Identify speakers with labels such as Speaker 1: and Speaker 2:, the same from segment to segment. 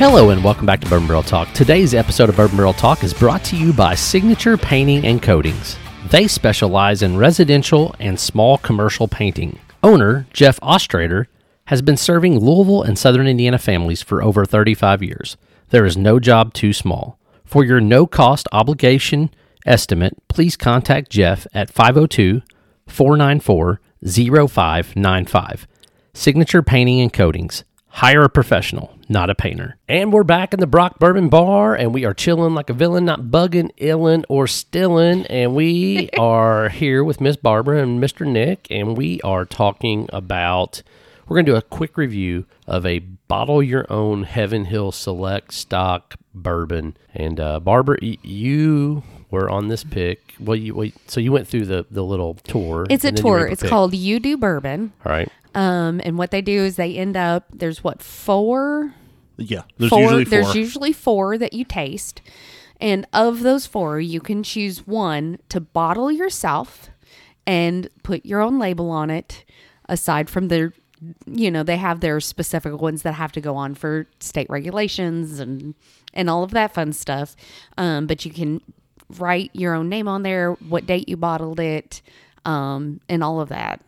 Speaker 1: Hello and welcome back to Bourbon Barrel Talk. Today's episode of Bourbon Barrel Talk is brought to you by Signature Painting and Coatings. They specialize in residential and small commercial painting. Owner Jeff Ostrader has been serving Louisville and Southern Indiana families for over 35 years. There is no job too small. For your no cost obligation estimate, please contact Jeff at 502 494 0595. Signature Painting and Coatings. Hire a professional, not a painter. And we're back in the Brock Bourbon Bar, and we are chilling like a villain, not bugging, illin, or stilling. And we are here with Miss Barbara and Mr. Nick, and we are talking about. We're going to do a quick review of a bottle your own Heaven Hill Select Stock Bourbon. And uh, Barbara, y- you were on this pick. Well, you well, so you went through the the little tour.
Speaker 2: It's a
Speaker 1: and then you were
Speaker 2: tour.
Speaker 1: able to
Speaker 2: It's
Speaker 1: pick.
Speaker 2: called You Do Bourbon.
Speaker 1: All right.
Speaker 2: Um, and what they do is they end up there's what four
Speaker 3: Yeah, there's
Speaker 2: four
Speaker 3: usually four.
Speaker 2: there's usually four that you taste, and of those four you can choose one to bottle yourself and put your own label on it. Aside from their, you know, they have their specific ones that have to go on for state regulations and and all of that fun stuff. Um, but you can write your own name on there, what date you bottled it, um, and all of that.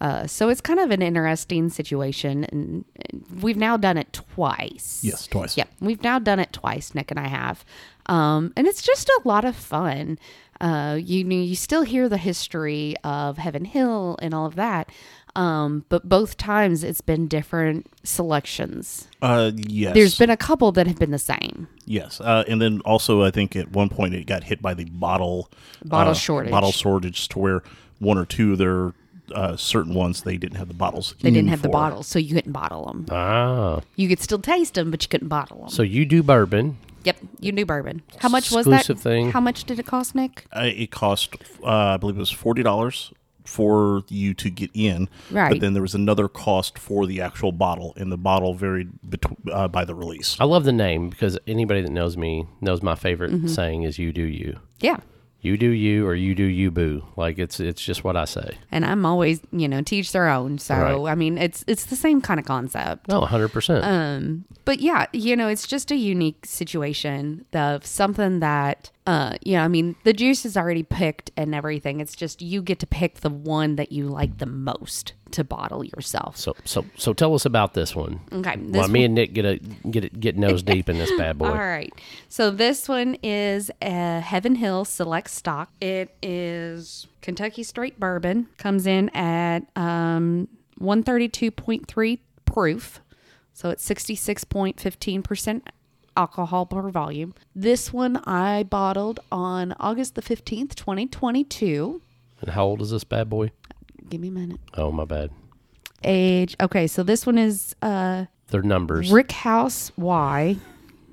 Speaker 2: Uh, so it's kind of an interesting situation, and and we've now done it twice.
Speaker 3: Yes, twice.
Speaker 2: Yep, we've now done it twice. Nick and I have, um, and it's just a lot of fun. Uh, you know, you still hear the history of Heaven Hill and all of that, um, but both times it's been different selections.
Speaker 3: Uh, yes.
Speaker 2: There's been a couple that have been the same.
Speaker 3: yes, uh, and then also I think at one point it got hit by the bottle
Speaker 2: Bottle
Speaker 3: uh,
Speaker 2: shortage.
Speaker 3: Bottle shortage to where one or two of their uh, certain ones they didn't have the bottles.
Speaker 2: They didn't
Speaker 3: in
Speaker 2: have the
Speaker 3: for.
Speaker 2: bottles, so you couldn't bottle them.
Speaker 1: Ah.
Speaker 2: You could still taste them, but you couldn't bottle them.
Speaker 1: So you do bourbon.
Speaker 2: Yep, you knew bourbon. How much was that?
Speaker 1: Exclusive thing.
Speaker 2: How much did it cost, Nick?
Speaker 3: Uh, it cost, uh, I believe it was forty dollars for you to get in.
Speaker 2: Right.
Speaker 3: But then there was another cost for the actual bottle, and the bottle varied betw- uh, by the release.
Speaker 1: I love the name because anybody that knows me knows my favorite
Speaker 2: Mm-hmm.
Speaker 1: saying is "You do you,
Speaker 2: Yeah.
Speaker 1: you do you, or you do you boo." Like it's it's just what I say.
Speaker 2: And I'm always, you know, teach their own. So
Speaker 1: Right.
Speaker 2: I mean, it's it's the same kind of concept.
Speaker 1: No, hundred
Speaker 2: Uh,
Speaker 1: percent.
Speaker 2: But yeah, you know, it's just a unique situation of something that, uh, you know, I mean, the juice is already picked and everything. It's just you get to pick the one that you like the most to bottle yourself.
Speaker 1: So so so tell us about this one.
Speaker 2: Okay, mm, this
Speaker 1: While me and Nick get a get it get nose deep in this bad boy.
Speaker 2: All right. So this one is a Heaven Hill Select Stock. It is Kentucky Straight Bourbon. Comes in at um, 132.3 proof. So it's 66.15% alcohol per volume. This one I bottled on August the 15th, 2022.
Speaker 1: And how old is this bad boy?
Speaker 2: Give me a minute.
Speaker 1: Oh my bad.
Speaker 2: Age. Okay, so this one is uh
Speaker 1: Their numbers.
Speaker 2: Rick House Y.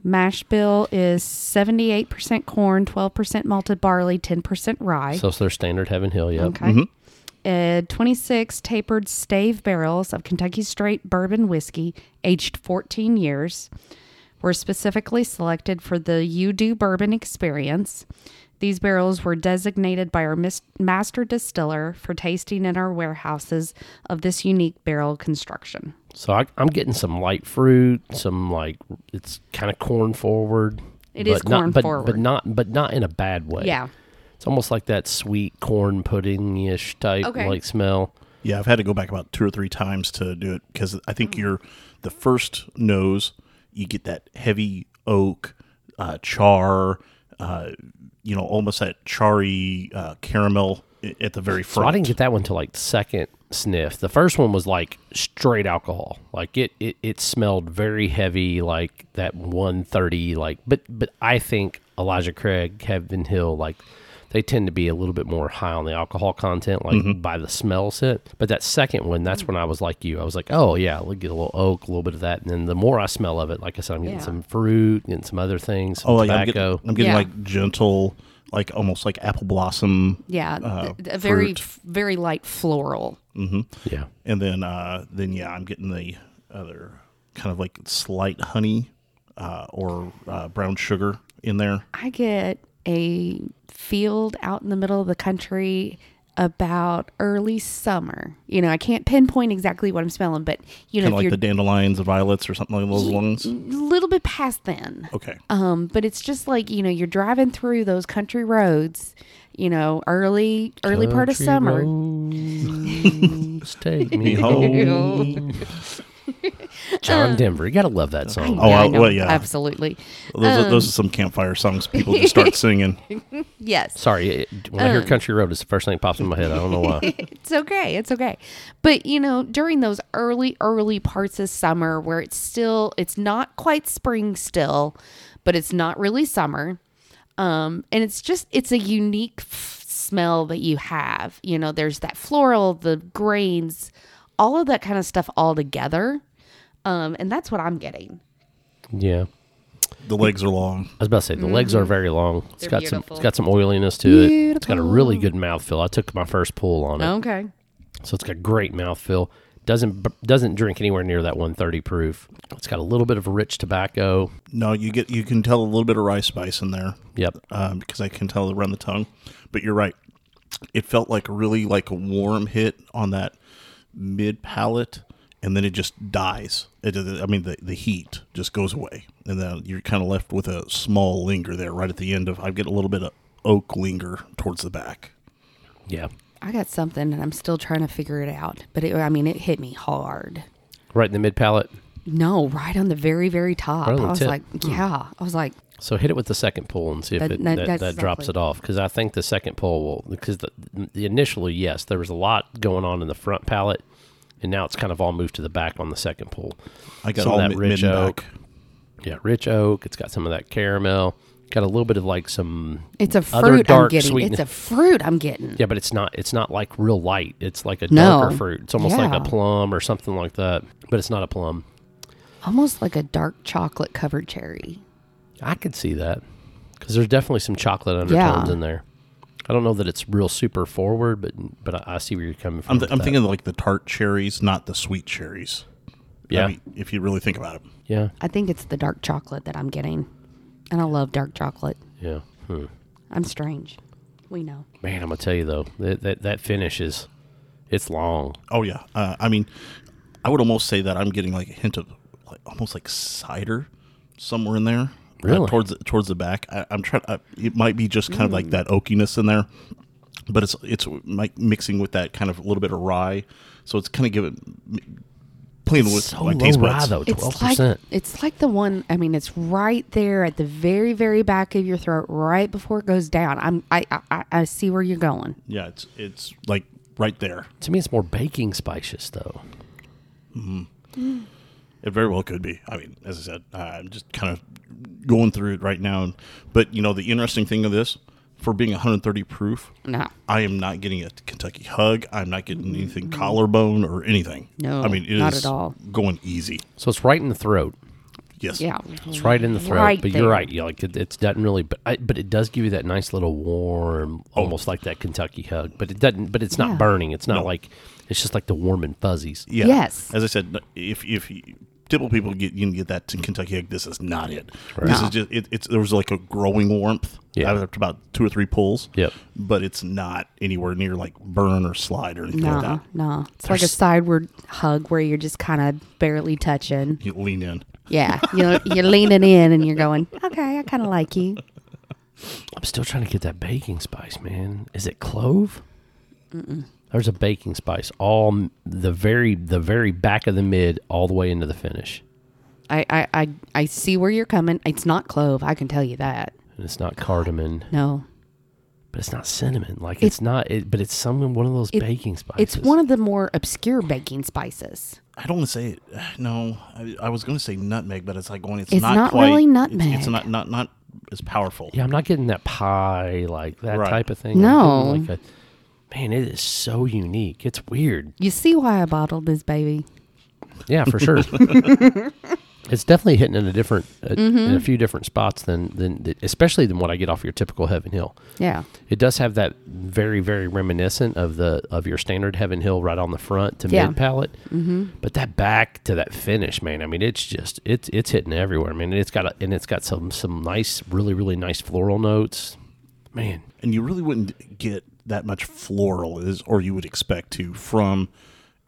Speaker 2: Mash bill is 78% corn, 12% malted barley, 10% rye.
Speaker 1: So it's their standard Heaven Hill. Yep.
Speaker 2: okay. Uh, 26 tapered stave barrels of Kentucky straight bourbon whiskey, aged 14 years, were specifically selected for the You Do Bourbon experience. These barrels were designated by our mis- master distiller for tasting in our warehouses of this unique barrel construction.
Speaker 1: So I, I'm getting some light fruit, some like it's kind of corn forward.
Speaker 2: It
Speaker 1: It
Speaker 2: is
Speaker 1: is
Speaker 2: corn
Speaker 1: but,
Speaker 2: forward.
Speaker 1: but not but not in a bad way.
Speaker 2: Yeah.
Speaker 1: It's almost like that sweet corn pudding ish type
Speaker 2: Okay.
Speaker 1: like smell.
Speaker 3: Yeah, I've had to go back about two or three times to do it because I
Speaker 1: Mm.
Speaker 3: think you're the first nose, you get that heavy oak, uh, char, uh, you know, almost that charry uh, caramel i- at the very
Speaker 1: So I
Speaker 3: front.
Speaker 1: didn't get that one till like second sniff. The first one was like straight alcohol. Like it it, it smelled very heavy, like that one thirty like but but I think Elijah Craig, Kevin Hill, like they tend to be a little bit more high on the alcohol content, like
Speaker 3: Mm-hmm.
Speaker 1: by the smell set. But that second one, that's when I was like you. I was like, oh yeah, we'll get a little oak, a little bit of that. And then the more I smell of it, like I said, I'm getting
Speaker 2: Yeah.
Speaker 1: some fruit, getting some other things, some
Speaker 3: oh, yeah, I'm
Speaker 1: tobacco.
Speaker 3: getting, I'm getting
Speaker 2: Yeah.
Speaker 3: like gentle, like almost like apple blossom.
Speaker 2: Yeah,
Speaker 3: uh,
Speaker 2: th- a very
Speaker 3: fruit.
Speaker 2: f- very light floral.
Speaker 1: yeah.
Speaker 3: And then, uh, then yeah, I'm getting the other kind of like slight honey uh, or uh, brown sugar in there.
Speaker 2: I get a field out in the middle of the country about early summer. You know, I can't pinpoint exactly what I'm smelling, but you know,
Speaker 3: Kind of
Speaker 2: if
Speaker 3: like
Speaker 2: you're
Speaker 3: the dandelions, the violets, or something along those lines.
Speaker 2: a little bit past then.
Speaker 3: Okay.
Speaker 2: Um, but it's just like you know, you're driving through those country roads. You know, early early part of
Speaker 1: Country
Speaker 2: summer.
Speaker 1: roads take me home.
Speaker 3: Oh,
Speaker 1: Uh,
Speaker 3: home.
Speaker 1: John Denver, you gotta love that song.
Speaker 3: Oh, I-
Speaker 2: know,
Speaker 3: well, yeah.
Speaker 2: absolutely.
Speaker 3: Those, are, those are
Speaker 1: Um,
Speaker 3: some campfire songs people just start singing.
Speaker 2: Yes,
Speaker 1: Sorry, it- when
Speaker 2: Um,
Speaker 1: I hear Country Road, it's the first thing that pops in my head. I don't know why.
Speaker 2: it's okay. It's okay. But you know, during those early early parts of summer, where it's still, it's not quite spring still, but it's not really summer. Um, and it's just, it's a unique f- smell that you have. You know, there's that floral, the grains, all of that kind of stuff all together. Um, and that's what I'm getting.
Speaker 1: Yeah.
Speaker 3: The legs are long.
Speaker 1: I was about to say the legs are very long. It's
Speaker 2: Mm-hmm. They're
Speaker 1: got some
Speaker 2: beautiful.
Speaker 1: it's got some oiliness to it. It's got a really good mouthfeel. I took my first pull on it.
Speaker 2: Okay.
Speaker 1: So it's got great mouthfeel. Doesn't b- doesn't drink anywhere near that 130 proof. It's got a little bit of rich tobacco.
Speaker 3: No, you get you can tell a little bit of rye spice in there.
Speaker 1: Yep.
Speaker 3: um, because I can tell it run the tongue. But you're right. It felt like really like a warm hit on that mid palate, and then it just dies. It, I mean, the, the heat just goes away, and then you're kind of left with a small linger there right at the end of. I get a little bit of oak linger towards the back.
Speaker 1: Yeah.
Speaker 2: I got something and I'm still trying to figure it out. But it, I mean, it hit me hard.
Speaker 1: Right in the mid palate.
Speaker 2: No, right on the very, very top.
Speaker 1: Right on the
Speaker 2: I was
Speaker 1: tip.
Speaker 2: like, yeah. I was like,
Speaker 1: So hit it with the second pull and see if
Speaker 2: That-
Speaker 1: it, that,
Speaker 2: that-
Speaker 1: that,
Speaker 2: that's
Speaker 1: drops it
Speaker 2: exactly-
Speaker 1: off. Because I think the second pull will because the, the initially yes there was a lot going on in the front palate, and now it's kind of all moved to the back on the second pull.
Speaker 3: I got
Speaker 1: Some of
Speaker 3: all
Speaker 1: that
Speaker 3: mid,
Speaker 1: rich
Speaker 3: mid and
Speaker 1: oak.
Speaker 3: back.
Speaker 1: Yeah, rich oak. It's got some of that caramel. Got a little bit of like some.
Speaker 2: it's a
Speaker 1: Other
Speaker 2: fruit I'm
Speaker 1: dark
Speaker 2: getting.
Speaker 1: sweetness.
Speaker 2: It's a fruit I'm getting.
Speaker 1: Yeah, but it's not. It's not like real light. It's like a
Speaker 2: No.
Speaker 1: darker fruit. It's almost like
Speaker 2: Yeah.
Speaker 1: a plum or something like that. But it's not a plum.
Speaker 2: Almost like a dark chocolate covered cherry.
Speaker 1: I could see that because there's definitely some chocolate undertones
Speaker 2: Yeah.
Speaker 1: in there. I don't know that it's real super forward, but but I, I see where you're coming from.
Speaker 3: I'm, th-
Speaker 1: with
Speaker 3: I'm
Speaker 1: that.
Speaker 3: thinking like the tart cherries, not the sweet cherries. I
Speaker 1: Yeah.
Speaker 3: mean, if you really think about it.
Speaker 1: yeah,
Speaker 2: I think it's the dark chocolate that I'm getting. And I love dark chocolate.
Speaker 1: yeah. Hmm.
Speaker 2: I'm strange. We know.
Speaker 1: Man, I'm gonna tell you though that that, that finish is it's long.
Speaker 3: Oh yeah. Uh, I mean, I would almost say that I'm getting like a hint of like almost like cider somewhere in there. uh,
Speaker 1: Really?
Speaker 3: towards the, towards the back. I, I'm trying. I, it might be just kind of
Speaker 1: Mm.
Speaker 3: like that oakiness in there, but it's it's like mixing with that kind of a little bit of rye. So it's kind of giving playing with
Speaker 1: So
Speaker 3: my
Speaker 1: low
Speaker 3: taste
Speaker 1: rye
Speaker 3: buds.
Speaker 1: though, twelve
Speaker 2: like
Speaker 1: percent.
Speaker 2: it's like the one. I mean, it's right there at the very, very back of your throat, right before it goes down. I'm, I, I- I, I see where you're going.
Speaker 3: Yeah, it's it's like right there.
Speaker 1: To me, it's more baking spices though.
Speaker 3: It very well could be. I mean, as I said, uh, I'm just kind of going through it right now. But you know, the interesting thing of this, for being 130 proof,
Speaker 2: No,
Speaker 3: I am not getting a Kentucky hug. I'm not getting anything collarbone or anything.
Speaker 2: Mm-hmm. No,
Speaker 3: I mean it is
Speaker 2: not at all.
Speaker 3: going easy.
Speaker 1: So it's right in the throat.
Speaker 3: Yes.
Speaker 2: yeah,
Speaker 1: It's right in the throat.
Speaker 2: Right
Speaker 1: but you're
Speaker 2: there.
Speaker 1: right. you like it, it doesn't really, but I, but it does give you that nice little warm, almost like that Kentucky hug. But it doesn't. But it's not
Speaker 2: Yeah.
Speaker 1: burning. It's not
Speaker 3: No.
Speaker 1: like it's just like the warm and fuzzies.
Speaker 3: Yeah.
Speaker 2: Yes.
Speaker 3: As I said, if if you, typical people get you can get that Kentucky hug, this is not it. This
Speaker 2: No.
Speaker 3: is just it, it's there was like a growing warmth.
Speaker 1: Yeah.
Speaker 3: I was up to about two or three pulls.
Speaker 1: Yep.
Speaker 3: But it's not anywhere near like burn or slide or anything like
Speaker 2: no,
Speaker 3: that.
Speaker 2: no. It's like a sideward hug where you're just kind of barely touching.
Speaker 3: You lean in.
Speaker 2: Yeah, you you're leaning in and you're going, okay, I kind of like you.
Speaker 1: I'm still trying to get that baking spice, man. Is it clove? There's a baking spice all m- the very the very back of the mid all the way into the finish,
Speaker 2: I, I, I, I see where you're coming. It's not clove, I can tell you that.
Speaker 1: and it's not cardamom,
Speaker 2: No,
Speaker 1: but it's not cinnamon. Like it's not, it, but it's some one of those
Speaker 2: It-
Speaker 1: baking spices.
Speaker 2: it's one of the more obscure baking spices.
Speaker 3: I don't want to say it. No, I, I was going to say nutmeg, but it's like going. It's,
Speaker 2: It's
Speaker 3: not,
Speaker 2: not
Speaker 3: quite,
Speaker 2: really
Speaker 3: it's- It's,
Speaker 2: nutmeg.
Speaker 3: not not not as powerful.
Speaker 1: Yeah, I'm not getting that pie like that
Speaker 3: Right.
Speaker 1: type of thing. I'm
Speaker 2: No.
Speaker 1: getting like a, man, it is so unique. It's weird.
Speaker 2: You see why I bottled this baby?
Speaker 1: Yeah, for sure. it's definitely hitting in a different, uh,
Speaker 2: Mm-hmm.
Speaker 1: in a few different spots than than th- especially than what I get off your typical Heaven Hill.
Speaker 2: Yeah,
Speaker 1: It does have that very very reminiscent of the of your standard Heaven Hill right on the front to
Speaker 2: Yeah.
Speaker 1: mid palate, mm-hmm. but that back to that finish, man. I mean, it's just it's it's hitting everywhere. I mean, it's got a, and it's got some some nice, really really nice floral notes. Man,
Speaker 3: and you really wouldn't get that much floral is, or you would expect to from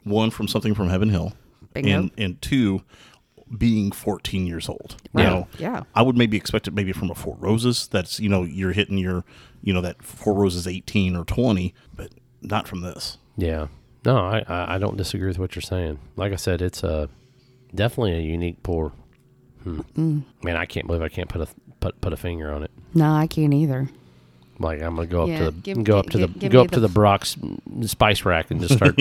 Speaker 3: one from something from Heaven Hill,
Speaker 2: Bingo.
Speaker 3: and and two being 14 years old.
Speaker 2: Right.
Speaker 3: You know,
Speaker 2: Yeah.
Speaker 3: I would maybe expect it maybe from a Four Roses. That's you know you're hitting your you know that Four Roses 18 or 20, but not from this.
Speaker 1: Yeah. No, I, I I don't disagree with what you're saying. Like I said, it's a definitely a unique pour.
Speaker 2: Mm.
Speaker 1: Hmm. Man, I can't believe I can't put a put put a finger on it.
Speaker 2: No, I can't either.
Speaker 1: Like I'm gonna go up
Speaker 2: Yeah,
Speaker 1: to the
Speaker 2: give-
Speaker 1: go up
Speaker 2: gi-
Speaker 1: to the
Speaker 2: gi- give
Speaker 1: go
Speaker 2: me
Speaker 1: up
Speaker 2: the-
Speaker 1: to the Brock's spice rack and just start.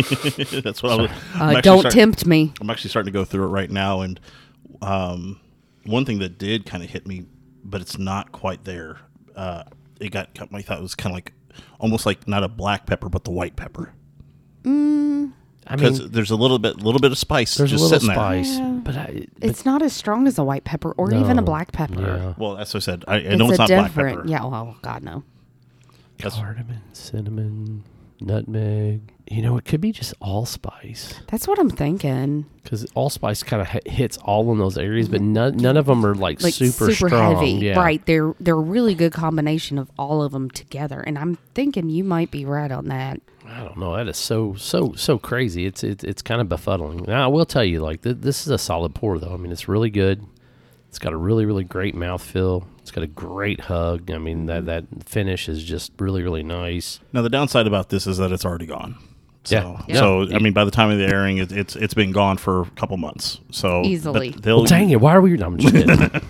Speaker 3: That's what I was. I'm
Speaker 2: Uh,
Speaker 3: actually
Speaker 2: don't
Speaker 3: starting-
Speaker 2: tempt me.
Speaker 3: I'm actually starting to go through it right now, and um, one thing that did kind of hit me, but it's not quite there. Uh, it got I thought it was kind of like almost like not a black pepper, but the white pepper
Speaker 1: I
Speaker 3: because
Speaker 1: mean,
Speaker 3: there's a little bit, little bit of spice
Speaker 1: there's a
Speaker 3: just
Speaker 1: little
Speaker 3: sitting
Speaker 1: spice,
Speaker 2: Yeah.
Speaker 1: but I,
Speaker 2: It's not as strong as a white pepper or even a
Speaker 1: No.
Speaker 2: black pepper.
Speaker 1: yeah,
Speaker 3: there. Well, that's what I said. I, I know it's,
Speaker 2: a
Speaker 3: not black
Speaker 2: different.
Speaker 3: pepper.
Speaker 2: Yeah. Oh God, no.
Speaker 3: That's-
Speaker 1: cardamom, cinnamon, nutmeg. You know, it could be just allspice
Speaker 2: That's what I'm thinking.
Speaker 1: because allspice kind of h- hits all in those areas, but none, none of them are like,
Speaker 2: Like super,
Speaker 1: super, strong.
Speaker 2: heavy,
Speaker 1: Yeah.
Speaker 2: right? They're they're a really good combination of all of them together, and I'm thinking you might be right on that.
Speaker 1: I don't know. That is so so so crazy. It's it's it's kind of befuddling. Now I will tell you, like th- this is a solid pour though. I mean, it's really good. It's got a really really great mouthfeel. It's got a great hug. I mean that that finish is just really really nice.
Speaker 3: Now the downside about this is that it's already gone. So,
Speaker 1: Yeah. Yeah.
Speaker 3: so I mean, by the time of the airing, it, it's it's been gone for a couple months. So but
Speaker 2: Easily.
Speaker 3: they'll
Speaker 1: Well, dang it! Why are we? no, I'm just kidding.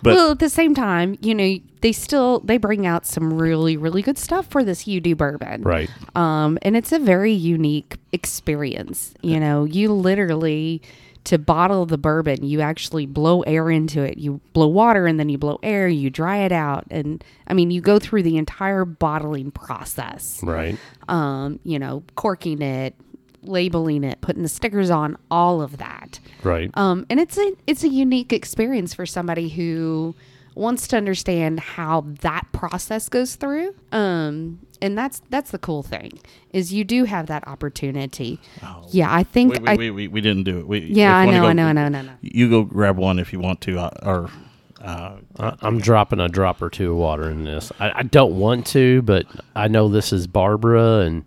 Speaker 3: But-
Speaker 2: well, at the same time, you know, they still they bring out some really really good stuff for this you do bourbon,
Speaker 1: right.
Speaker 2: Um, and it's a very unique experience. You know, you literally to bottle the bourbon, you actually blow air into it. You blow water and then you blow air, you dry it out, and I mean, you go through the entire bottling process.
Speaker 1: Right.
Speaker 2: Um, you know, corking it, labeling it, putting the stickers on, all of that.
Speaker 1: Right.
Speaker 2: Um, and it's a it's a unique experience for somebody who wants to understand how that process goes through. Um, and that's that's the cool thing is you do have that opportunity. yeah, I think
Speaker 3: Oh, Wait,
Speaker 2: I,
Speaker 3: wait, wait, wait, we didn't do it. We,
Speaker 2: yeah, I
Speaker 3: if you wanna
Speaker 2: know,
Speaker 3: go-
Speaker 2: I know, I know, I know, I know.
Speaker 3: You go grab one if you want to, uh, or uh,
Speaker 1: I, I'm dropping a drop or two of water in this. I, I don't want to, but I know this is Barbara, and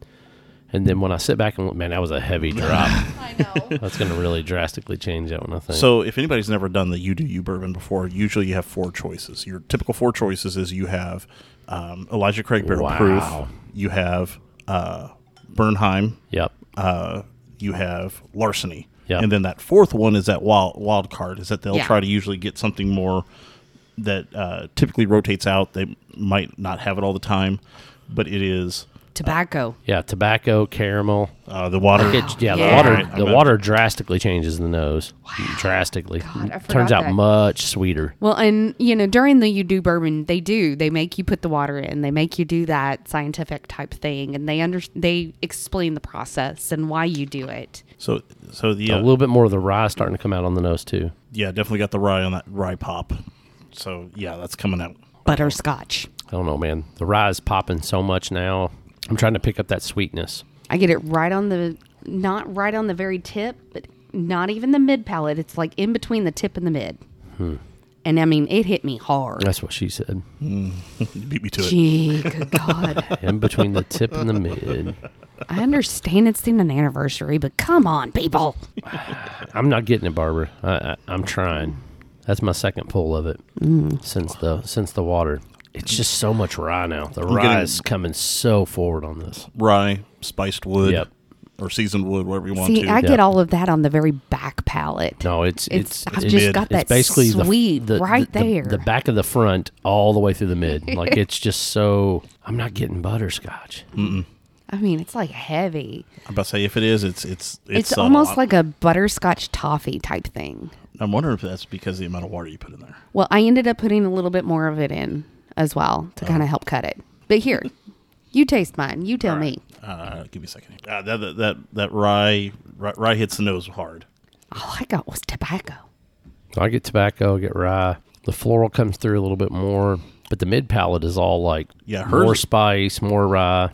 Speaker 1: and then when I sit back and look, man, that was a heavy drop.
Speaker 2: I know.
Speaker 1: That's going to really drastically change that one. I think.
Speaker 3: So, if anybody's never done the you do you bourbon before, usually you have four choices. Your typical four choices is you have um, Elijah Craig Barrel
Speaker 1: Wow.
Speaker 3: Proof, you have uh, Bernheim,
Speaker 1: yep.
Speaker 3: uh, you have Larceny,
Speaker 1: Yeah.
Speaker 3: and then that fourth one is that wild wild card. Is that they'll
Speaker 2: Yeah.
Speaker 3: try to usually get something more that uh, typically rotates out. They might not have it all the time, but it is
Speaker 2: Tobacco.
Speaker 1: Yeah, tobacco, caramel.
Speaker 3: uh, the water.
Speaker 1: It, yeah, the
Speaker 2: Yeah.
Speaker 1: water
Speaker 3: Alright,
Speaker 1: the
Speaker 3: I'm
Speaker 1: water drastically changes the nose. Drastically.
Speaker 2: God, I
Speaker 1: Turns
Speaker 2: forgot
Speaker 1: out
Speaker 2: that.
Speaker 1: much sweeter.
Speaker 2: Well, and you know, during the you do bourbon, they do they make you put the water in, they make you do that scientific type thing, and they under they explain the process and why you do it.
Speaker 3: So, so the
Speaker 1: A
Speaker 3: uh,
Speaker 1: little bit more of the rye starting to come out on the nose too.
Speaker 3: yeah, definitely got the rye on that rye pop. So yeah, that's coming out.
Speaker 2: Butterscotch.
Speaker 1: I don't know, man. The rye is popping so much now. I'm trying to pick up that sweetness.
Speaker 2: I get it right on the not right on the very tip, but not even the mid palate. It's like in between the tip and the mid. And I mean, it hit me hard.
Speaker 1: Hmm. That's what she said.
Speaker 3: You beat me to it.
Speaker 2: Gee, good God.
Speaker 1: In between the tip and the mid.
Speaker 2: I understand it's in an anniversary, but come on, people.
Speaker 1: I'm not getting it, Barbara. I, I, I'm trying. That's my second pull of it
Speaker 2: Mm.
Speaker 1: since the since the water. It's just so much rye now. The rye
Speaker 3: getting-
Speaker 1: is coming so forward on this.
Speaker 3: Rye, spiced wood,
Speaker 1: Yep.
Speaker 3: or seasoned wood, whatever you want
Speaker 2: See,
Speaker 3: to.
Speaker 2: I
Speaker 1: Yep.
Speaker 2: get all of that on the very back palate.
Speaker 1: No, it's it's,
Speaker 2: It's- I've
Speaker 1: it's-
Speaker 2: just
Speaker 1: it's
Speaker 2: got that
Speaker 1: the-
Speaker 2: sweet
Speaker 1: the,
Speaker 2: right
Speaker 1: the- the-
Speaker 2: there.
Speaker 1: The, back of the front, all the way through the mid. like it's just so. I'm not getting butterscotch.
Speaker 2: I mean, it's like heavy.
Speaker 3: I'm about to say if it is, it's it's it's, uh,
Speaker 2: It's,
Speaker 3: subtle.
Speaker 2: almost
Speaker 3: I'm-
Speaker 2: like a butterscotch toffee type thing.
Speaker 3: I'm wondering if that's because of the amount of water you put in there.
Speaker 2: Well, I ended up putting a little bit more of it in as well to kind of help cut it. But here, you taste mine. You tell me.
Speaker 3: Uh, give me a second. here. Uh, that, that that that rye rye, rye hits the nose hard.
Speaker 2: All Oh, I got was tobacco.
Speaker 1: I get tobacco, I get rye. The floral comes through a little bit more, but the mid palate is all like
Speaker 3: Yeah, hers-
Speaker 1: more spice, more rye.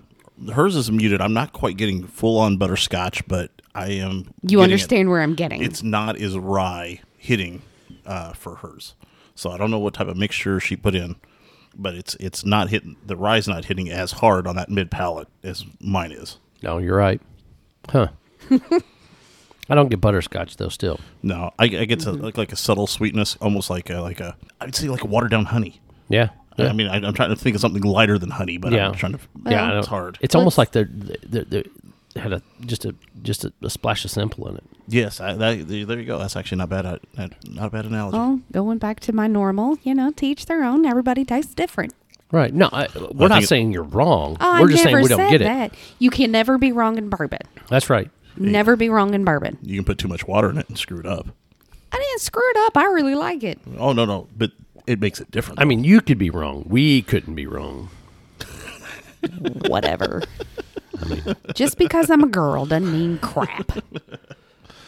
Speaker 3: Hers is muted. I'm not quite getting full on butterscotch, but I am. getting
Speaker 2: You
Speaker 3: it.
Speaker 2: understand where I'm getting.
Speaker 3: It's not as rye hitting uh, for hers. So I don't know what type of mixture she put in, but it's it's not hitting the rye's not hitting as hard on that mid palate as mine is.
Speaker 1: No, you're right. Huh. I don't get butterscotch though. Still,
Speaker 3: No, I, I get to
Speaker 1: Mm-hmm.
Speaker 3: like like a subtle sweetness, almost like a, like a I'd say like a watered down honey.
Speaker 1: yeah,
Speaker 3: I mean, I, I'm trying to think of something lighter than honey, but
Speaker 1: Yeah.
Speaker 3: I'm trying to.
Speaker 1: yeah. I
Speaker 3: it's
Speaker 1: don't-
Speaker 3: hard.
Speaker 1: It's almost like they're, they're, they're they had a just a just a, a splash of simple in it.
Speaker 3: yes, I, that, there you go. That's actually not bad. uh, uh, Not a bad analogy.
Speaker 2: Well, going back to my normal, you know, to each their own. Everybody tastes different.
Speaker 1: Right. No, I, we're
Speaker 3: I
Speaker 1: not
Speaker 3: think-
Speaker 1: saying you're wrong.
Speaker 2: Oh,
Speaker 1: we're
Speaker 2: I
Speaker 1: just saying
Speaker 2: never
Speaker 1: we don't get
Speaker 2: said that. You can never be wrong in bourbon.
Speaker 1: it. That's right.
Speaker 2: Never be wrong in bourbon.
Speaker 3: You can put too much water in it and screw it up.
Speaker 2: I didn't screw it up. I really like it.
Speaker 3: Oh no, no, but it makes it different.
Speaker 1: I mean, you could be wrong. We couldn't be wrong.
Speaker 2: Whatever. Just because I'm a girl doesn't mean crap.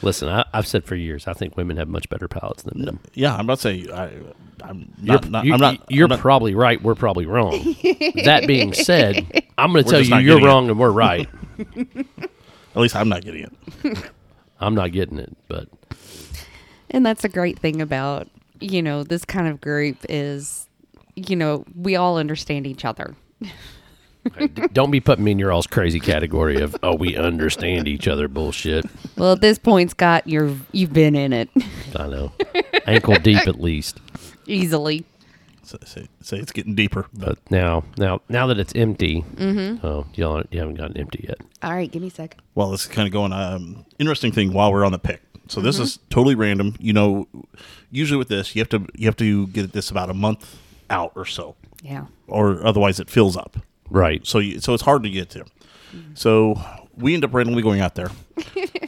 Speaker 1: Listen, I, I've said for years, I think women have much better palates than men.
Speaker 3: yeah, I'm not saying I. I'm
Speaker 1: You're,
Speaker 3: not. not
Speaker 1: you-
Speaker 3: I'm not.
Speaker 1: you're
Speaker 3: I'm not-
Speaker 1: probably right. We're probably wrong. that being said, I'm going to
Speaker 3: We're
Speaker 1: tell
Speaker 3: just
Speaker 1: you
Speaker 3: not
Speaker 1: you're
Speaker 3: getting it.
Speaker 1: wrong and we're right.
Speaker 3: at least I'm not getting it.
Speaker 1: I'm not getting it, but
Speaker 2: And that's a great thing about, you know, this kind of group is, you know, we all understand each other.
Speaker 1: don't be putting me in your all's crazy category of oh we understand each other bullshit.
Speaker 2: Well, at this point, Scott, you're you've been in it
Speaker 1: I know, ankle deep at least.
Speaker 2: easily.
Speaker 3: Say, say, say it's getting deeper. But
Speaker 1: But now, now, now that it's empty, oh y'all aren't- you haven't gotten empty yet.
Speaker 2: All right, give me a sec.
Speaker 3: well, this is kind of going. Um, interesting thing while we're on the pick. So this is totally random. You know, usually with this, you have to you have to get this about a month out or so,
Speaker 2: Yeah.
Speaker 3: or otherwise it fills up.
Speaker 1: Right.
Speaker 3: So you, so it's hard to get to. So we end up randomly going out there.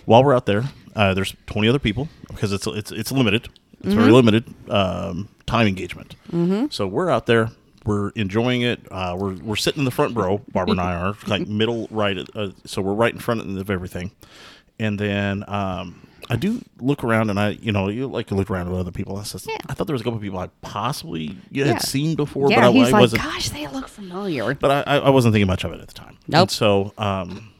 Speaker 3: While we're out there, uh, there's 20 other people because it's it's it's limited. It's
Speaker 2: Mm-hmm.
Speaker 3: very limited um, time engagement. So we're out there. We're enjoying it. Uh, we're we're sitting in the front row. Barbara and I are like middle right. at- Uh, so we're right in front of everything. And then um, I do look around, and I you know you like to look around at other people. I says,
Speaker 2: Yeah.
Speaker 3: I thought there was a couple of people I possibly
Speaker 2: Yeah.
Speaker 3: yeah, had seen before,
Speaker 2: yeah,
Speaker 3: but I,
Speaker 2: he's
Speaker 3: I
Speaker 2: like,
Speaker 3: wasn't
Speaker 2: gosh, they look familiar.
Speaker 3: but I, I- I wasn't thinking much of it at the time.
Speaker 2: Nope.
Speaker 3: And so um,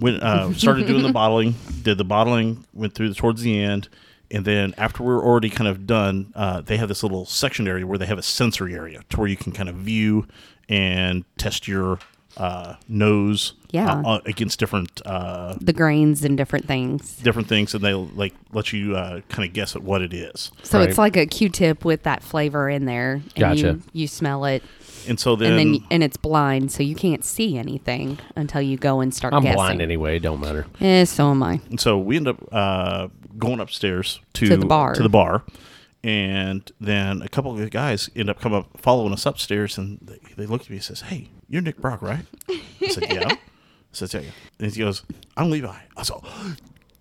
Speaker 3: when uh, started doing the bottling, did the bottling, went through towards the end, and then after we were already kind of done, uh, they have this little section area where they have a sensory area to where you can kind of view and test your uh, nose
Speaker 2: Yeah.
Speaker 3: uh, uh, against different uh,
Speaker 2: The grains and different things.
Speaker 3: different things, and they like let you uh, kind of guess at what it is.
Speaker 2: So it's
Speaker 1: Right.
Speaker 2: like a Q-tip with that flavor in there. And
Speaker 1: Gotcha.
Speaker 2: You, you smell it,
Speaker 3: And so then,
Speaker 2: and then and it's blind, so you can't see anything until you go and start
Speaker 1: I'm
Speaker 2: guessing.
Speaker 1: blind anyway. It don't matter.
Speaker 2: Eh, so am I.
Speaker 3: And so we end up uh, going upstairs to,
Speaker 2: To the bar.
Speaker 3: to the bar. and then a couple of guys end up come up following us upstairs, and they, they look at me and says, "Hey, you're Nick Brock, right?" I said, "Yeah." I said, "Yeah." yeah." And he goes, "I'm Levi." I said,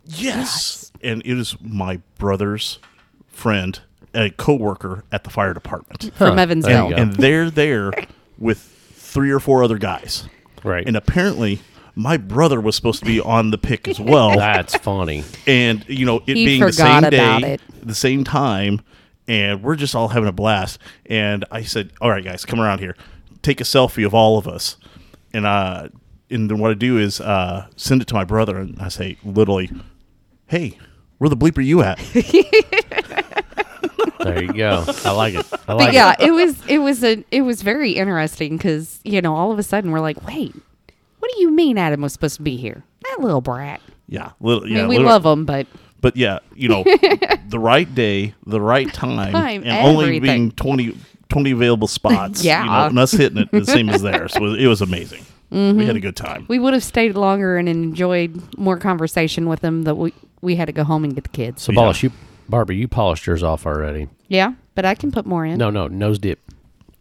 Speaker 3: yes. And it is my brother's friend, a coworker at the fire department,
Speaker 1: Huh, there
Speaker 2: From
Speaker 1: you
Speaker 2: Evansville.
Speaker 1: go.
Speaker 3: and they're there with three or four other guys,
Speaker 1: Right.
Speaker 3: and apparently. My brother was supposed to be on the pick as well
Speaker 1: That's funny.
Speaker 3: and you know it
Speaker 2: He
Speaker 3: being the
Speaker 2: forgot
Speaker 3: same
Speaker 2: about
Speaker 3: day
Speaker 2: it.
Speaker 3: the same time and we're just all having a blast and i said all right guys come around here take a selfie of all of us and uh and then what i do is uh send it to my brother and i say literally hey where the bleep are you at
Speaker 1: There you go. I like it. I
Speaker 2: But
Speaker 1: like it.
Speaker 2: yeah, it was it was a it was very interesting because you know all of a sudden we're like, wait, what do you mean Adam was supposed to be here? That little brat.
Speaker 3: yeah little
Speaker 2: I
Speaker 3: yeah
Speaker 2: mean, we
Speaker 3: little-
Speaker 2: love him, but
Speaker 3: but yeah you know the right day the right time,
Speaker 2: Time,
Speaker 3: and only
Speaker 2: everything.
Speaker 3: being 20 20 available spots
Speaker 2: Yeah.
Speaker 3: you know, and us hitting it the same as theirs so it was amazing we had a good time
Speaker 2: we would have stayed longer and enjoyed more conversation with him. That we we had to go home and get the kids.
Speaker 1: So, polish you, Barbie, you polished yours off already.
Speaker 2: Yeah, but I can put more in.
Speaker 1: No, no, nose dip.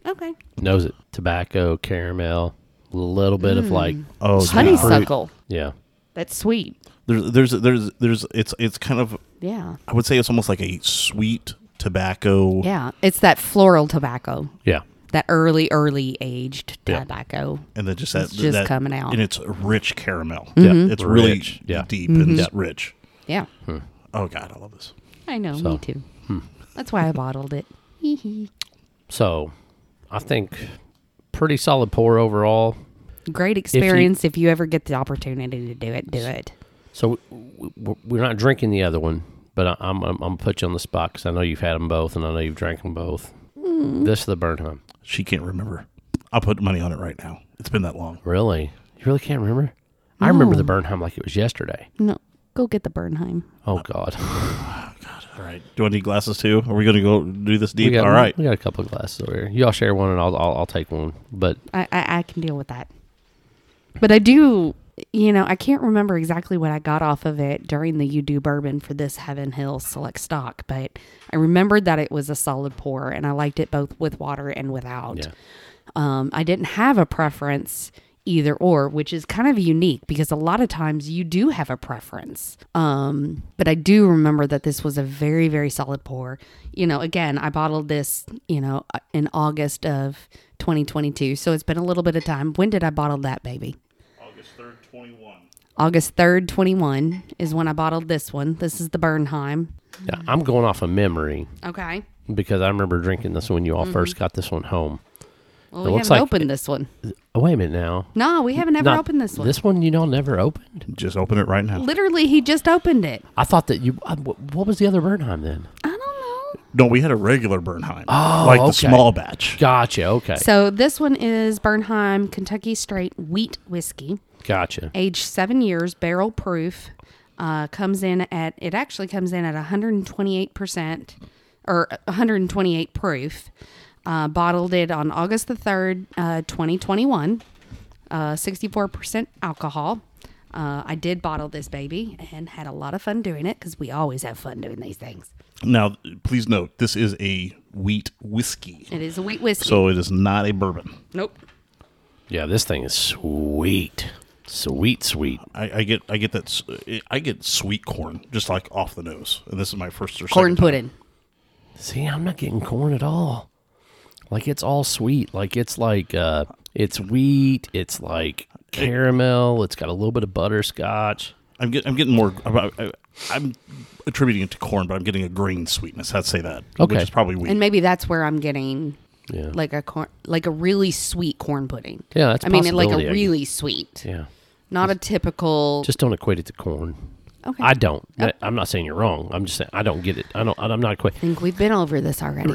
Speaker 2: Okay.
Speaker 1: Nose it. Tobacco, caramel, a little bit of like,
Speaker 3: Oh, dude.
Speaker 2: Honeysuckle.
Speaker 1: yeah.
Speaker 2: That's sweet.
Speaker 3: there's there's there's there's it's it's kind of
Speaker 2: Yeah.
Speaker 3: I would say it's almost like a sweet tobacco.
Speaker 2: Yeah. It's that floral tobacco,
Speaker 1: Yeah.
Speaker 2: that early, early aged
Speaker 1: Yeah.
Speaker 2: tobacco.
Speaker 3: And then just that,
Speaker 2: It's just
Speaker 3: that-
Speaker 2: coming out. Mm-hmm.
Speaker 3: and it's rich caramel.
Speaker 1: Mhm.
Speaker 3: Yeah, it's really
Speaker 1: Rich, yeah.
Speaker 3: deep and it's rich.
Speaker 2: Yeah.
Speaker 3: Oh God, I love this.
Speaker 2: I know.
Speaker 1: So. hmm.
Speaker 2: Me too. That's why I bottled it. Hee hee.
Speaker 1: So, I think pretty solid pour overall.
Speaker 2: Great experience if you ever get the opportunity to do it, do it.
Speaker 1: So w- w- we're not drinking the other one, but I- I'm I'm, I'm gonna put you on the spot because I know you've had them both and I know you've drank them both.
Speaker 2: Mm.
Speaker 1: This is the Burnham.
Speaker 3: She can't remember. I'll put money on it right now. It's been that long.
Speaker 1: Really? You really can't remember? I remember the Burnham like it was yesterday.
Speaker 2: No, go get the Bernheim.
Speaker 1: Oh God.
Speaker 3: All right. Do I need glasses too? Are we going to go do this
Speaker 1: we
Speaker 3: deep?
Speaker 1: got,
Speaker 3: All right.
Speaker 1: We got a couple of glasses over here. Y'all share one, and I'll I'll, I'll take one. But
Speaker 2: I, I I can deal with that. But I do, you know, I can't remember exactly what I got off of it during the you do bourbon for this Heaven Hill select stock, but I remembered that it was a solid pour and I liked it both with water and without.
Speaker 1: Yeah.
Speaker 2: Um, I didn't have a preference either or, which is kind of unique because a lot of times you do have a preference. Um, but I do remember that this was a very, very solid pour. You know, again, I bottled this, you know, in August of 2022. So it's been a little bit of time. When did I bottle that baby?
Speaker 3: August 3rd, 21.
Speaker 2: August 3rd, 21 is when I bottled this one. This is the Bernheim.
Speaker 1: yeah, I'm going off of memory
Speaker 2: Okay.
Speaker 1: because I remember drinking this when you all first
Speaker 2: Mm-hmm.
Speaker 1: got this one home.
Speaker 2: Well,
Speaker 1: It
Speaker 2: we
Speaker 1: looks
Speaker 2: haven't
Speaker 1: like-
Speaker 2: opened this one.
Speaker 1: Oh, wait a minute now.
Speaker 2: No, we haven't ever
Speaker 1: Not-
Speaker 2: opened this one.
Speaker 1: This one you all never opened.
Speaker 3: Just open it right now.
Speaker 2: Literally, he just opened it.
Speaker 1: I thought that you. I, wh- what was the other Burnheim then?
Speaker 2: I don't know.
Speaker 3: No, we had a regular Bernheim. Oh, like the
Speaker 1: okay.
Speaker 3: small batch.
Speaker 1: Gotcha. Okay.
Speaker 2: So this one is Bernheim Kentucky Straight Wheat Whiskey,
Speaker 1: Gotcha.
Speaker 2: aged seven years, barrel proof. Uh, comes in at it actually comes in at 128 percent or 128 proof. Uh, bottled it on August the third, uh, 2021. Uh, 64% alcohol. Uh, I did bottle this baby and had a lot of fun doing it because we always have fun doing these things.
Speaker 3: Now, please note, this is a wheat whiskey.
Speaker 2: It is a wheat whiskey.
Speaker 3: So it is not a bourbon.
Speaker 2: nope.
Speaker 1: Yeah, this thing is sweet. Sweet, sweet.
Speaker 3: I, I get I get that s- I get sweet corn just like off the nose, and this is my first or
Speaker 2: Corn
Speaker 3: second time.
Speaker 2: pudding.
Speaker 1: See, I'm not getting corn at all. Like it's all sweet. Like it's like uh it's wheat, it's like caramel, it's got a little bit of butterscotch.
Speaker 3: I'm getting I'm getting more. I, I, I'm attributing it to corn, but I'm getting a grain sweetness. I'd say that.
Speaker 1: Okay.
Speaker 3: which is probably wheat.
Speaker 2: and maybe that's where I'm getting
Speaker 1: Yeah.
Speaker 2: like a corn, like a really sweet corn pudding.
Speaker 1: Yeah, that's
Speaker 2: I mean, like
Speaker 1: possibility, I guess.
Speaker 2: a really sweet,
Speaker 1: Yeah.
Speaker 2: not a typical.
Speaker 1: Just don't equate it to corn.
Speaker 2: okay,
Speaker 1: I don't. That- I'm not saying you're wrong. I'm just saying I don't get it. I don't I'm not equating
Speaker 2: think we've been over this already.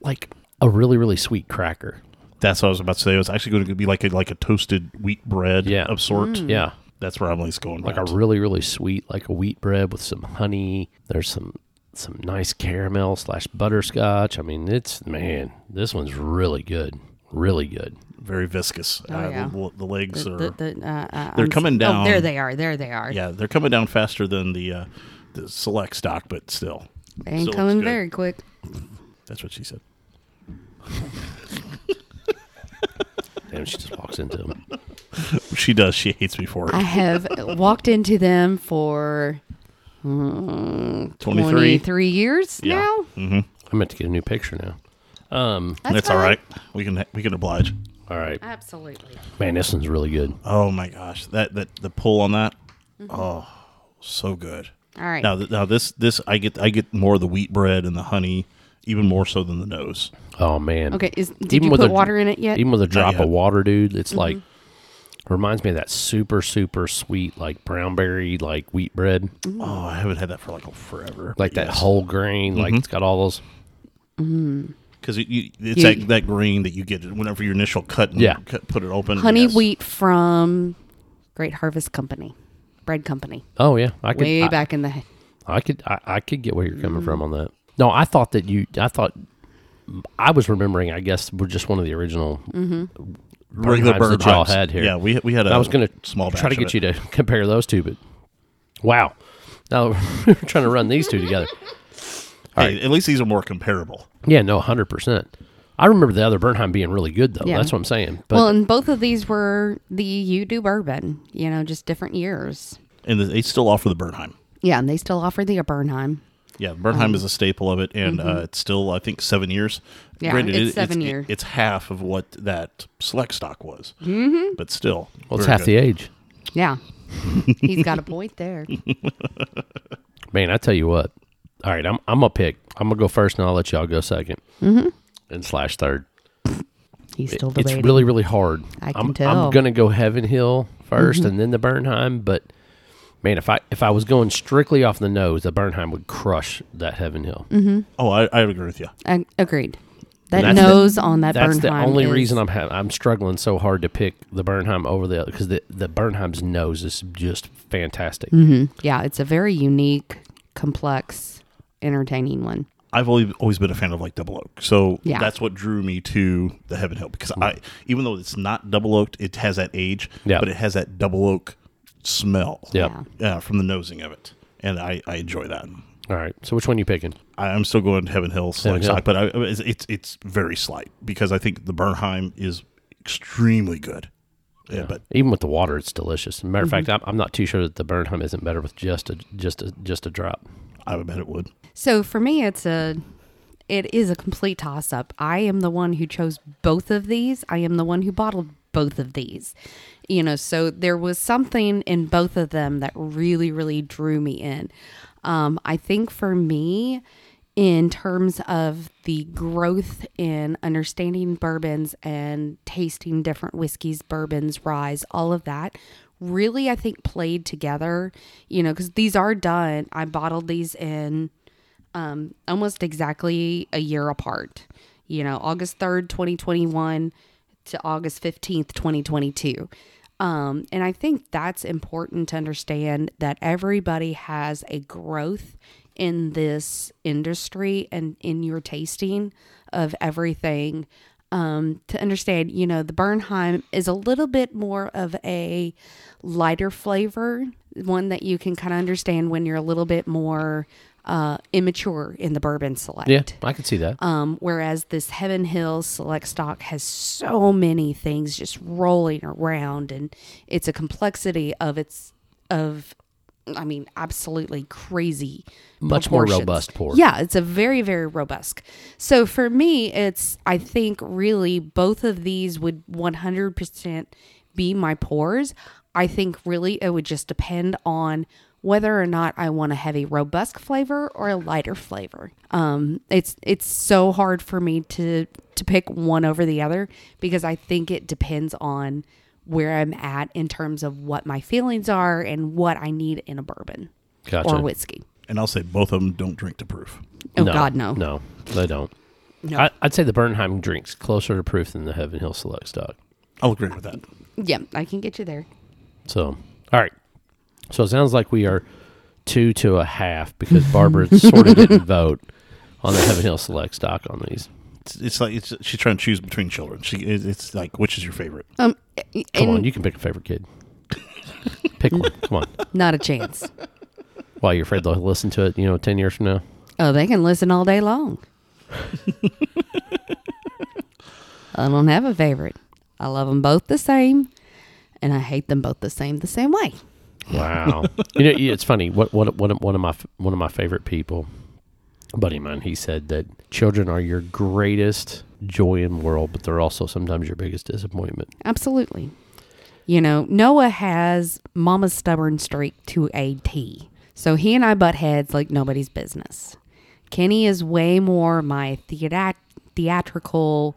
Speaker 1: like a really really sweet cracker.
Speaker 3: That's what I was about to say. It was actually going to be like a like a toasted wheat bread
Speaker 1: Yeah.
Speaker 3: of sort.
Speaker 2: Mm.
Speaker 1: Yeah.
Speaker 3: That's where I'm least going.
Speaker 1: Like
Speaker 3: with.
Speaker 1: a really really sweet like a wheat bread with some honey. There's some some nice caramel slash butterscotch. I mean, it's man, this one's really good. Really good.
Speaker 3: very viscous. uh,
Speaker 2: Oh, yeah.
Speaker 3: the, the legs are
Speaker 2: The- the, uh, uh,
Speaker 3: they're
Speaker 2: I'm-
Speaker 3: coming
Speaker 2: Oh,
Speaker 3: down.
Speaker 2: there they are. There they are.
Speaker 3: yeah, they're coming down faster than the uh, the select stock, but still,
Speaker 2: they ain't
Speaker 3: still looks
Speaker 2: coming
Speaker 3: good.
Speaker 2: very quick.
Speaker 3: That's what she said.
Speaker 1: Damn, she just walks into them.
Speaker 3: She does. She hates me for
Speaker 2: I
Speaker 3: it.
Speaker 2: have walked into them for mm,
Speaker 3: 23.
Speaker 2: 23 years
Speaker 3: Yeah. Mm-hmm.
Speaker 2: now.
Speaker 1: I meant to get a new picture now.
Speaker 3: That's, all
Speaker 2: fine.
Speaker 3: right. We can we can oblige.
Speaker 1: All right,
Speaker 2: Absolutely.
Speaker 1: man, this one's really good.
Speaker 3: Oh my gosh, that that the pull on that, oh, so
Speaker 2: All
Speaker 3: good.
Speaker 2: Mm-hmm. right.
Speaker 3: Now, th- now this this I get I get more of the wheat bread and the honey, even more so than the nose.
Speaker 1: Oh man.
Speaker 2: Okay. Is, did
Speaker 1: Even
Speaker 2: you
Speaker 1: with
Speaker 2: put
Speaker 1: a-
Speaker 2: water in it yet? Mm-hmm.
Speaker 1: Even with a drop
Speaker 3: yet.
Speaker 1: of water, dude, it's like reminds me of that super super sweet like brown berry like wheat bread,
Speaker 2: Mm-hmm.
Speaker 3: Oh, I haven't had that for like forever.
Speaker 1: like that whole grain. Like it's got all those.
Speaker 3: because it, you,
Speaker 2: You-
Speaker 3: it's that, that grain that you get whenever your initial cut. And
Speaker 1: Yeah.
Speaker 3: cut, put it open.
Speaker 2: honey
Speaker 3: yes.
Speaker 2: wheat from Great Harvest Company, bread company,
Speaker 1: Oh yeah, I could.
Speaker 2: way
Speaker 1: I,
Speaker 2: back in the.
Speaker 1: I could. I, I could get where you're coming from
Speaker 3: Mm-hmm.
Speaker 1: on that. No, I thought that you. I thought. I was remembering. I guess we're just one of the original.
Speaker 3: regular
Speaker 1: Bernheims
Speaker 3: bird
Speaker 1: that y'all had here.
Speaker 3: Yeah, we we had. a
Speaker 1: I was gonna
Speaker 3: Mm-hmm. small.
Speaker 1: try to
Speaker 3: batch
Speaker 1: get
Speaker 3: of
Speaker 1: you
Speaker 3: it.
Speaker 1: to compare those two, but wow. Now we're trying to run these two together.
Speaker 3: Hey, at least these are more comparable.
Speaker 1: Yeah, no, hundred percent. I remember the other Bernheim being really good though.
Speaker 2: Yeah.
Speaker 1: That's what I'm saying. But
Speaker 2: well, and both of these were the you do bourbon, you know, just different years.
Speaker 3: And they still offer the Bernheim.
Speaker 2: Yeah, and they still offer the Bernheim.
Speaker 3: Yeah, Bernheim
Speaker 2: Um,
Speaker 3: is a staple of it, and uh, it's still I think seven years.
Speaker 2: mm-hmm. Yeah,
Speaker 3: Granted,
Speaker 2: it's
Speaker 3: it-
Speaker 2: seven
Speaker 3: it-
Speaker 2: year.
Speaker 3: it's half of what that select stock was, mm-hmm. but still,
Speaker 1: well, it's
Speaker 3: very
Speaker 1: half
Speaker 3: good.
Speaker 1: the age.
Speaker 2: Yeah, he's got a point there.
Speaker 1: Man, I tell you what. All right, I'm I'm gonna pick. I'm gonna go first, and I'll let y'all go 2nd mm-hmm. and slash third.
Speaker 2: He's still
Speaker 1: It's
Speaker 2: debating.
Speaker 1: really really hard.
Speaker 2: I can
Speaker 1: am
Speaker 2: tell. Mm-hmm.
Speaker 1: I'm gonna go Heaven Hill 1st and then the Bernheim. But man, if I if I was going strictly off the
Speaker 2: Mm-hmm.
Speaker 1: nose, the Bernheim would crush that Heaven Hill.
Speaker 3: Oh, I, I agree with you.
Speaker 2: Ag- agreed. That
Speaker 1: That's the-
Speaker 2: nose on that
Speaker 1: That's
Speaker 2: Bernheim.
Speaker 1: the only
Speaker 2: is-
Speaker 1: reason I'm ha- I'm struggling so hard to pick the Bernheim over the other because the the Bernheim's nose is just fantastic.
Speaker 2: Mm-hmm. Yeah, it's a very unique, complex, entertaining one.
Speaker 3: I've always always been a fan of like double oak, so
Speaker 2: Yeah.
Speaker 3: that's what drew me to the Heaven Hill because I, even though it's not double oaked, it has that age,
Speaker 1: Mm-hmm. Yeah.
Speaker 3: but it has that double oak smell,
Speaker 1: Yep.
Speaker 2: Yeah.
Speaker 3: uh, from the nosing of it, and I, I enjoy that.
Speaker 1: All right. So which one you picking?
Speaker 3: I, I'm still going to Heaven Hill
Speaker 1: Heaven
Speaker 3: select
Speaker 1: Hill.
Speaker 3: stock, but I, it's, it's it's very slight because I think the Bernheim is extremely good, yeah, but
Speaker 1: Even with the water, it's delicious. As a matter of
Speaker 2: Mm-hmm.
Speaker 1: fact, I'm, I'm not too sure that the Bernheim isn't better with just a just a just a drop.
Speaker 3: I would bet it would.
Speaker 2: So for me, it's a, it is a complete toss up. I am the one who chose both of these. I am the one who bottled both of these. You know, so there was something in both of them that really, really drew me in. Um, I think for me, in terms of the growth in understanding bourbons and tasting different whiskeys, bourbons, ryes, all of that really, I think, played together, you know, because these are done. I bottled these in um, almost exactly a year apart. You know, August 3rd, 2021 to August 15th, 2022. Um, and I think that's important to understand that everybody has a growth in this industry and in your tasting of everything. Um, to understand, you know, the Bernheim is a little bit more of a lighter flavor, one that you can kind of understand when you're a little bit more uh, immature in the bourbon select.
Speaker 1: Yeah, I could see that.
Speaker 2: Um, whereas this Heaven Hills Select Stock has so many things just rolling around, and it's a complexity of its of, I mean, absolutely crazy.
Speaker 1: Much more
Speaker 2: proportions.
Speaker 1: robust pour.
Speaker 2: Yeah, it's a very very robust. So for me, it's I think really both of these would one hundred percent be my pours. I think really it would just depend on whether or not I want a heavy robust flavor or a lighter flavor. Um, it's it's so hard for me to to pick one over the other because I think it depends on where I'm at in terms of what my feelings are and what I need in a bourbon
Speaker 1: Gotcha.
Speaker 2: or whiskey.
Speaker 3: And I'll say both of them don't drink to proof.
Speaker 2: Oh God, no.
Speaker 1: no, they don't. I, I'd say the Bernheim drinks closer to proof than the Heaven Hill Select Stock.
Speaker 3: I'll agree with that.
Speaker 2: Yeah, I can get you there.
Speaker 1: So, all right. So it sounds like we are two to a half because Barbara sort of didn't vote on the Heaven Hill Select Stock on these.
Speaker 3: It's, it's like it's, she's trying to choose between children. She it- it's like which is your favorite?
Speaker 2: Um, and
Speaker 1: Come on, you can pick a favorite kid. Pick one. Come on.
Speaker 2: not a chance.
Speaker 1: Why you're afraid they'll listen to it? You know, ten years from now.
Speaker 2: Oh, they can listen all day long. I don't have a favorite. I love them both the same, and I hate them both the same the same way.
Speaker 1: Wow. you know, it's funny. What what one of- one of my one of my favorite people, a buddy of mine, he said that children are your greatest joy in the world, but they're also sometimes your biggest disappointment.
Speaker 2: Absolutely. You know, Noah has mama's stubborn streak to a T. So he and I butt heads like nobody's business. Kenny is way more my theat- theatrical,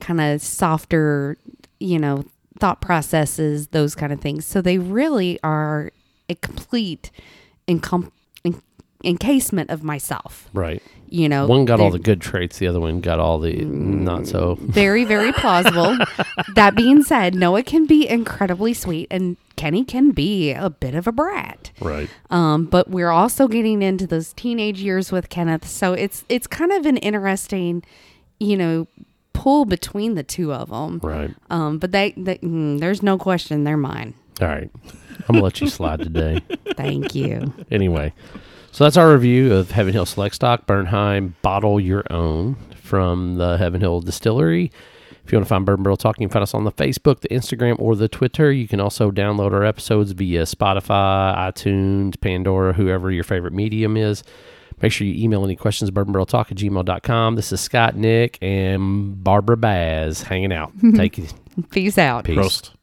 Speaker 2: kind of softer, you know, thought processes, those kind of things. So they really are a complete encom- en- encasement of myself.
Speaker 1: Right.
Speaker 2: You know,
Speaker 1: One got all the
Speaker 2: They're-
Speaker 1: good traits. The other one got all the not so.
Speaker 2: very, very plausible. that being said, Noah can be incredibly sweet and Kenny can be a bit of a brat.
Speaker 1: Right.
Speaker 2: Um, but we're also getting into those teenage years with Kenneth, so it's it's kind of an interesting, you know, pull between the two of them.
Speaker 1: Right.
Speaker 2: Um, but they, they mm, there's no question they're mine.
Speaker 1: All right. I'm gonna let you slide today.
Speaker 2: Thank you.
Speaker 1: anyway, so that's our review of Heaven Hill Select Stock Bernheim Bottle Your Own from the Heaven Hill Distillery. If you want to find Bourbon Barrel Talk, you can find us on the Facebook, the Instagram, or the Twitter. You can also download our episodes via Spotify, iTunes, Pandora, whoever your favorite medium is. Make sure you email any questions, bourbonbarreltalk at gmail.com. This is Scott, Nick, and Barbara Baz hanging out. Take it.
Speaker 2: Peace out.
Speaker 1: Peace.
Speaker 3: Roast.